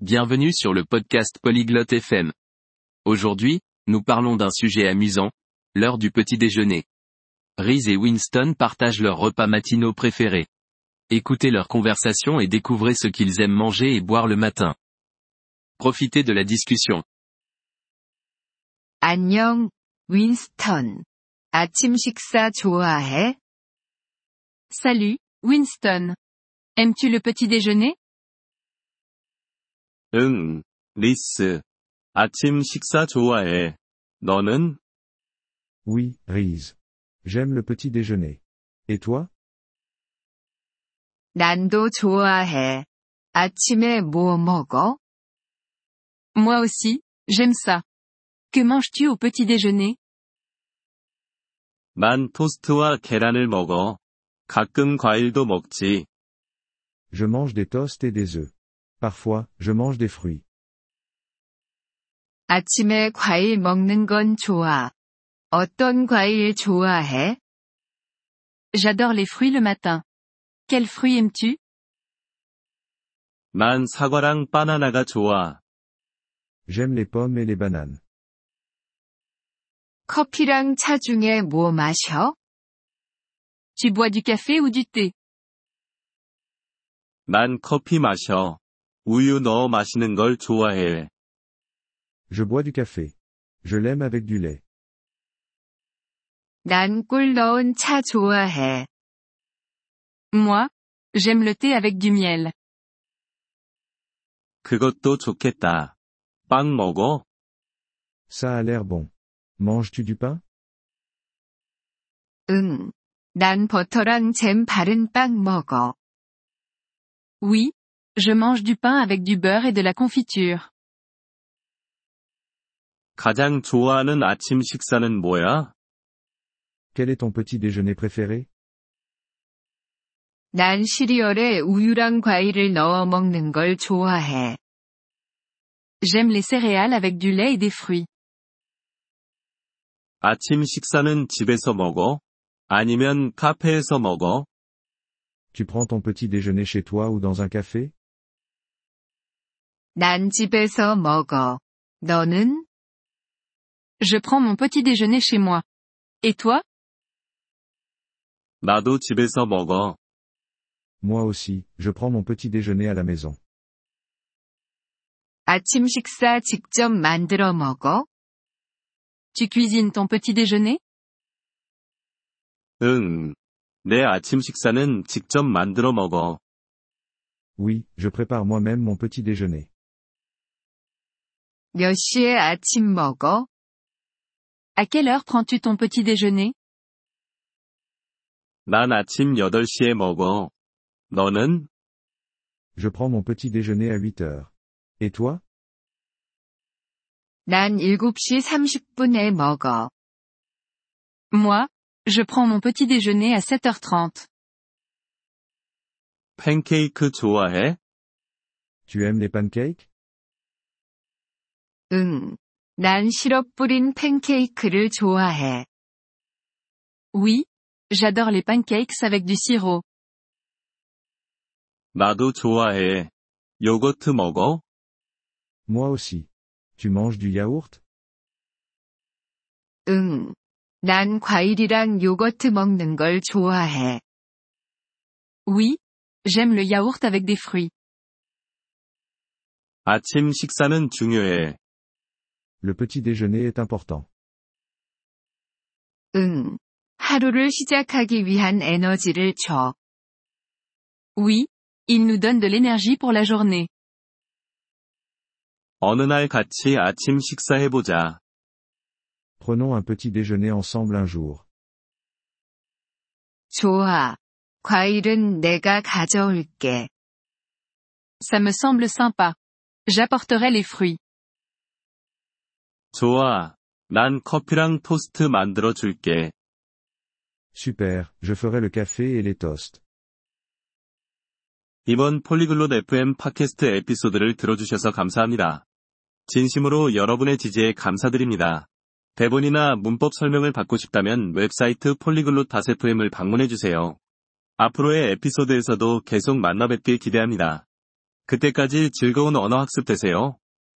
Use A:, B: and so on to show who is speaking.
A: Bienvenue sur le podcast Polyglotte FM. Aujourd'hui, nous parlons d'un sujet amusant, l'heure du petit déjeuner. Reese et Winston partagent leurs repas matinaux préférés. Écoutez leur conversation et découvrez ce qu'ils aiment manger et boire le matin. Profitez de la discussion.
B: 안녕, 윈스턴. 아침 식사 좋아해?
C: Salut, Winston. Aimes-tu le petit déjeuner
D: 응, 리스. 아침 식사 좋아해. 너는?
E: Oui, Reese. J'aime le petit déjeuner. Et toi
B: 난도 좋아해. 아침에 뭐 먹어?
C: Moi aussi, j'aime ça. Que manges-tu au petit déjeuner
D: 난 토스트와 계란을 먹어. 가끔 과일도 먹지.
E: Je mange des toasts et des œufs. Parfois, je mange des fruits.
B: 아침에 과일 먹는 건 좋아. 어떤 과일 좋아해?
C: J'adore les fruits le matin. Quels fruits aimes-tu
D: 난 사과랑 바나나가 좋아.
E: J'aime les pommes et les bananes.
B: 커피랑 차 중에 뭐 마셔?
C: Tu bois du café ou du thé
D: 난 커피 마셔. 우유 넣어 마시는 걸 좋아해.
E: Je bois du café. Je l'aime avec du lait.
B: 난 꿀 넣은 차 좋아해.
C: Moi, j'aime le thé avec du miel.
D: 그것도 좋겠다. 빵 먹어?
E: Ça a l'air bon. Manges-tu du pain
B: 응. 난 버터랑 잼 바른 빵 먹어.
C: Oui, je mange du pain avec du beurre et de la confiture.
D: 가장 좋아하는 아침 식사는 뭐야?
E: Quel est ton petit déjeuner préféré
B: 난 시리얼에 우유랑 과일을 넣어 먹는 걸 좋아해.
C: J'aime les céréales avec du lait et des fruits.
D: 아침 식사는 집에서 먹어? 아니면 카페에서 먹어?
E: Tu prends ton petit déjeuner chez toi ou dans un café
B: 난 집에서 먹어. 너는?
C: Je prends mon petit déjeuner chez moi. Et toi
D: 나도 집에서 먹어.
E: Moi aussi, je prends mon petit déjeuner à la maison.
B: 아침 식사 직접 만들어 먹어?
C: Tu cuisines ton petit déjeuner
D: 응. 내 아침 식사는 직접 만들어 먹어.
E: Oui, je prépare moi-même mon petit déjeuner.
B: 몇 시에 아침 먹어?
C: À quelle heure prends-tu ton petit déjeuner
D: 난 아침 8시에 먹어. 너는?
E: Je prends mon petit déjeuner à 8 heures. Et toi
B: 난 7시 30분에 먹어.
C: Moi, je prends mon petit déjeuner à 7h30.
D: 팬케이크 좋아해?
E: Tu aimes les pancakes
B: 응. 난 시럽 뿌린 팬케이크를 좋아해.
C: Oui, j'adore les pancakes avec du sirop.
D: 나도 좋아해. 요거트 먹어?
E: Moi aussi. Tu manges du yaourt
B: 응. 난 과일이랑 요거트 먹는 걸 좋아해.
C: Oui, j'aime le yaourt avec des fruits.
D: 아침 식사는 중요해.
E: Le petit déjeuner est important.
B: 응. 하루를 시작하기 위한 에너지를 줘.
C: Oui, il nous donne de l'énergie pour la journée.
D: 어느 날 같이 아침 식사해보자.
E: Prenons un petit déjeuner ensemble un jour.
B: 좋아. 과일은 내가 가져올게.
C: Ça me semble sympa. J'apporterai les fruits.
D: 좋아. 난 커피랑 토스트 만들어 줄게.
E: Super, je ferai le café et les toasts.
D: 이번 폴리글롯 FM 팟캐스트 에피소드를 들어주셔서 감사합니다. 진심으로 여러분의 지지에 감사드립니다. 대본이나 문법 설명을 받고 싶다면 웹사이트 폴리글롯 FM을 방문해주세요. 앞으로의 에피소드에서도 계속 만나뵙길 기대합니다.
F: 그때까지 즐거운 언어 학습 되세요.